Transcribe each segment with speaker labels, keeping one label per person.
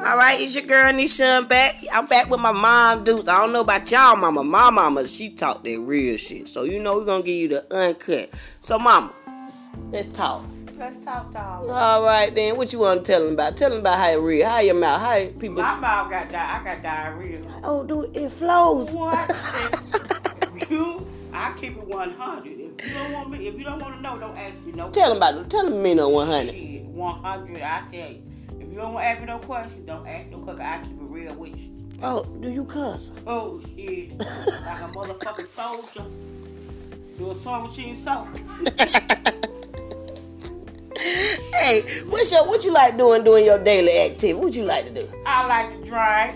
Speaker 1: All right, it's your girl Nisha. I'm back. I'm back with my mom dudes. I don't know about y'all mama. My mama, she talk that real shit. So you know we're gonna give you the uncut. So mama, let's talk.
Speaker 2: Let's talk, dog.
Speaker 1: All right then, what you wanna tell them about? Tell them about how it real, how your mouth, how it- people.
Speaker 2: My mouth got di- I got diarrhea.
Speaker 1: Oh, dude, it flows.
Speaker 2: What? If you, I keep it 100. If you don't want me, if you don't want to know, don't ask me no.
Speaker 1: tell them about it. Tell them me no 100.
Speaker 2: Shit, 100. I tell you. If you don't want to ask me no questions, don't ask no questions. I keep it real with you.
Speaker 1: Oh, do you cuss?
Speaker 2: Oh shit, like a motherfucking soldier. Do a song with you and soul.
Speaker 1: Hey, what's your what you like doing during your daily activity? What you like to do?
Speaker 2: I like to drive.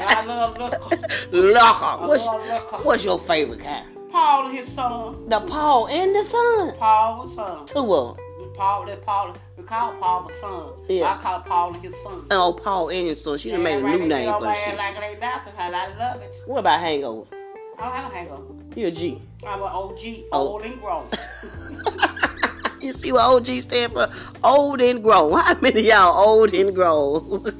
Speaker 2: and I love little
Speaker 1: Locker. What's
Speaker 2: I love locker.
Speaker 1: what's your favorite kind?
Speaker 2: Paul and his son.
Speaker 1: The Paul and the son.
Speaker 2: Paul and son.
Speaker 1: Two of them.
Speaker 2: Paul, that Paul, we call Paul the son.
Speaker 1: Yeah.
Speaker 2: I call Paul his son.
Speaker 1: Oh, Paul and his son. She done made a
Speaker 2: Everybody
Speaker 1: new
Speaker 2: get
Speaker 1: name
Speaker 2: on
Speaker 1: for
Speaker 2: my
Speaker 1: the
Speaker 2: ass
Speaker 1: shit.
Speaker 2: Like it ain't nothing, and I love it. Oh,
Speaker 1: What about hangover?
Speaker 2: I don't have a hangover.
Speaker 1: You a G.
Speaker 2: I'm an OG,
Speaker 1: Oh.
Speaker 2: old and grown.
Speaker 1: You see what OG stand for? Old and grown. How many of y'all old and grown?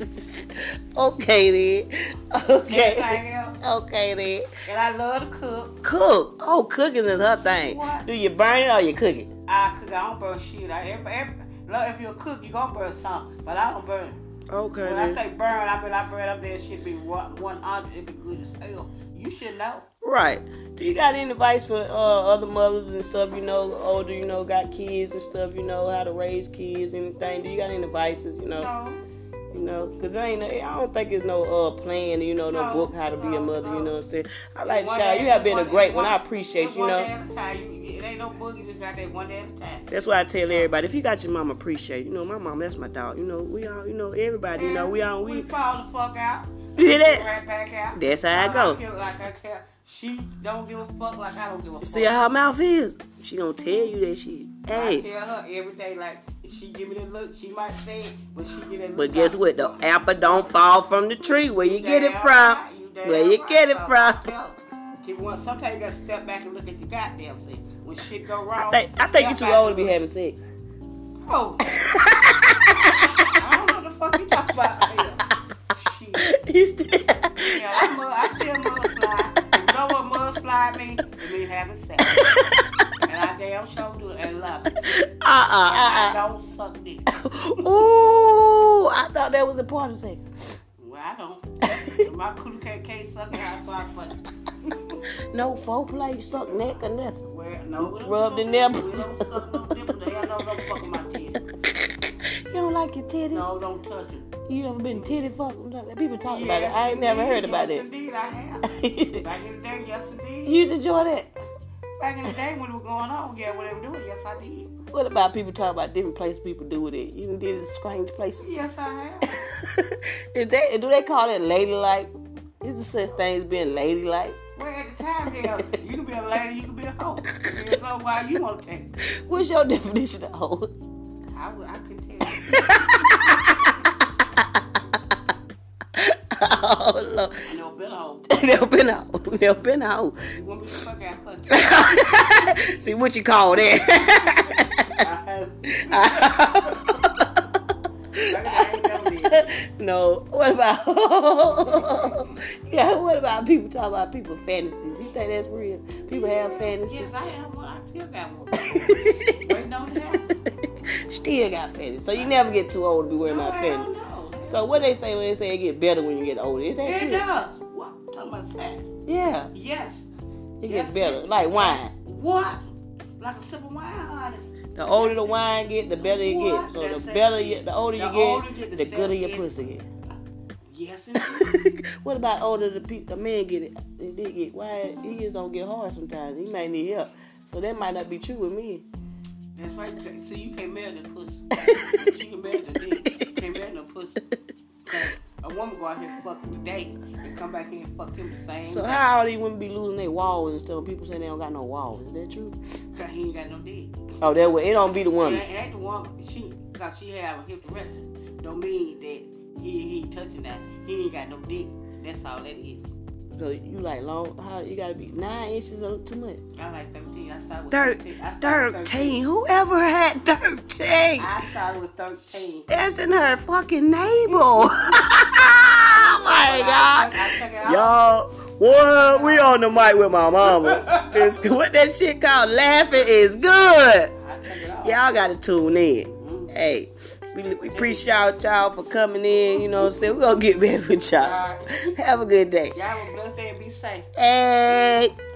Speaker 1: okay then. Okay.
Speaker 2: Everything else.
Speaker 1: Okay then.
Speaker 2: And I love to cook.
Speaker 1: Cook. Oh, cooking is her thing.
Speaker 2: What?
Speaker 1: Do you burn it or you cook it?
Speaker 2: I cook. I don't burn shit. I every, every, look, if you cook, you gonna burn something. But I don't burn.
Speaker 1: Okay
Speaker 2: When I say burn, I mean I burn up there. Shit be one hundred. It be good as hell. You should know.
Speaker 1: Right. Do you got any advice for uh, other mothers and stuff, you know, older, you know, got kids and stuff, you know, how to raise kids, anything? Do you got any advices, you know?
Speaker 2: No,
Speaker 1: You know, because I ain't, I don't think it's no uh plan, you know, no,
Speaker 2: No,
Speaker 1: book how to be a
Speaker 2: no,
Speaker 1: mother, you
Speaker 2: no.
Speaker 1: know what I'm saying? I like to
Speaker 2: One
Speaker 1: shout,
Speaker 2: day-
Speaker 1: you have been a
Speaker 2: one-
Speaker 1: great one.
Speaker 2: one-
Speaker 1: I appreciate
Speaker 2: Just
Speaker 1: you, you
Speaker 2: one
Speaker 1: know?
Speaker 2: day at a time. You, it ain't no book. You just got that one day at a time.
Speaker 1: That's why I tell everybody, if you got your mama, appreciate. You know, my mama, that's my dog. You know, we all, you know, everybody, you know, we all,
Speaker 2: we
Speaker 1: we.
Speaker 2: fall the fuck out.
Speaker 1: You hear that?
Speaker 2: Right back out.
Speaker 1: That's how
Speaker 2: Like
Speaker 1: I go.
Speaker 2: care- Like I care. She don't give a fuck. Like I don't give a
Speaker 1: See
Speaker 2: fuck.
Speaker 1: how her mouth is? She gonna tell you that she,
Speaker 2: I
Speaker 1: hey.
Speaker 2: tell her every day. Like if she give me the look, she might say it, but she give that look.
Speaker 1: But guess
Speaker 2: like,
Speaker 1: what? The apple don't fall from the tree. Where you
Speaker 2: "You
Speaker 1: get it
Speaker 2: damn
Speaker 1: from?
Speaker 2: right, damn
Speaker 1: Where you
Speaker 2: right,
Speaker 1: get it
Speaker 2: so
Speaker 1: from?
Speaker 2: I tell her, Keep one. Sometimes you gotta step back and look at the goddamn thing. When shit go
Speaker 1: I
Speaker 2: wrong,
Speaker 1: think I think
Speaker 2: step
Speaker 1: you too
Speaker 2: back
Speaker 1: old to
Speaker 2: and
Speaker 1: be
Speaker 2: look.
Speaker 1: having sex.
Speaker 2: Oh. I don't know the fuck you talking about. Yeah. Shit.
Speaker 1: You still-
Speaker 2: Yeah, I, mud, I still mudslide. You know what mudslide mean? It mean having sex. And I damn sure do it and love it. I
Speaker 1: Uh-uh.
Speaker 2: don't suck dick.
Speaker 1: Ooh, I thought that was a part of sex.
Speaker 2: Well, I don't. My cootie cat can't suck it. I thought, but
Speaker 1: No foreplay, suck neck or nothing.
Speaker 2: well, no. we don't-
Speaker 1: Rub
Speaker 2: we
Speaker 1: the
Speaker 2: don't
Speaker 1: nipples.
Speaker 2: suck- We don't suck no nipple. The hell no, don't fuck with my titties.
Speaker 1: You don't like your titties?
Speaker 2: No, don't touch it.
Speaker 1: You ever been titty fucked? People talking about
Speaker 2: Yes,
Speaker 1: it. I ain't never
Speaker 2: indeed.
Speaker 1: heard about
Speaker 2: yes,
Speaker 1: it.
Speaker 2: indeed, I have. Back in the day, yes, indeed.
Speaker 1: you enjoy that?
Speaker 2: Back in the day when it was going on, yeah, when they were doing it, yes, I did.
Speaker 1: What about people talking about different places people do with it? You done did it in strange places.
Speaker 2: Yes, I have.
Speaker 1: Is that do they call that ladylike? Is there such thing as being ladylike?
Speaker 2: Well, at the time, hell, you can be a lady, you can be a hoe. It's so why you want to take. it.
Speaker 1: What's your definition of hoe?
Speaker 2: I would, I could tell. you.
Speaker 1: oh Lord.
Speaker 2: I know Bill hoe.
Speaker 1: Never been a hoe. Never been a hoe.
Speaker 2: You want me to fuck out? Fuck you.
Speaker 1: See what you call that.
Speaker 2: I I ain't never did.
Speaker 1: no. What about Yeah, what about people talking about people fantasies? You think that's real? People have fantasies.
Speaker 2: Yes, I have one. I still got one. Waiting on that.
Speaker 1: Still got fantasies. So you never get too old to be worrying
Speaker 2: No,
Speaker 1: about
Speaker 2: hell
Speaker 1: fantasies.
Speaker 2: no.
Speaker 1: So what they say when they say it get better when you get older? Is that
Speaker 2: It
Speaker 1: true?
Speaker 2: does. What? I'm talking about sex.
Speaker 1: Yeah,
Speaker 2: Yes.
Speaker 1: it
Speaker 2: Yes,
Speaker 1: gets better. Like wine.
Speaker 2: What? Like a sip of wine, honey.
Speaker 1: The older the wine get, the better it
Speaker 2: What?
Speaker 1: gets. So
Speaker 2: That's
Speaker 1: the better,
Speaker 2: sexy.
Speaker 1: you, the older you
Speaker 2: The older you
Speaker 1: get,
Speaker 2: get,
Speaker 1: the
Speaker 2: the
Speaker 1: gooder your
Speaker 2: sexier.
Speaker 1: pussy get.
Speaker 2: Yes, indeed.
Speaker 1: what about older the people? The men get it. They did get why his don't get hard sometimes. He might need help. So that might not be true with me.
Speaker 2: That's right. See, you can't marry the pussy. you can marry the dick. You can't marry no pussy. 'Cause A woman go out here and fuck today and come back here and fuck him the same.
Speaker 1: So
Speaker 2: So,
Speaker 1: how all these women be losing their walls and stuff? People say they don't got no walls. Is that true?
Speaker 2: Cause he ain't got no dick.
Speaker 1: Oh, that way it don't be the
Speaker 2: And
Speaker 1: woman.
Speaker 2: ain't- ain't the woman she cause she have a hip erection. Don't mean that he he ain't touching that. He ain't got no dick. That's all that is.
Speaker 1: So you like long? How you gotta be nine inches or too much?
Speaker 2: I like 13. I started with
Speaker 1: Thir-
Speaker 2: 13. I started with
Speaker 1: thirteen. Whoever had thirteen?
Speaker 2: I started with 13.
Speaker 1: That's in her fucking neighbor. oh my
Speaker 2: I-
Speaker 1: god.
Speaker 2: I took it
Speaker 1: Y'all, what? We on the mic with my mama. It's what that shit called. Laughing is good.
Speaker 2: I took it off.
Speaker 1: Y'all gotta tune in.
Speaker 2: Mhm.
Speaker 1: Hey, we, we appreciate y'all for coming in. You know what I'm saying? we gonna get back with y'all.
Speaker 2: Alright.
Speaker 1: Have a good day.
Speaker 2: Y'all have a blessed day and be safe.
Speaker 1: Hey.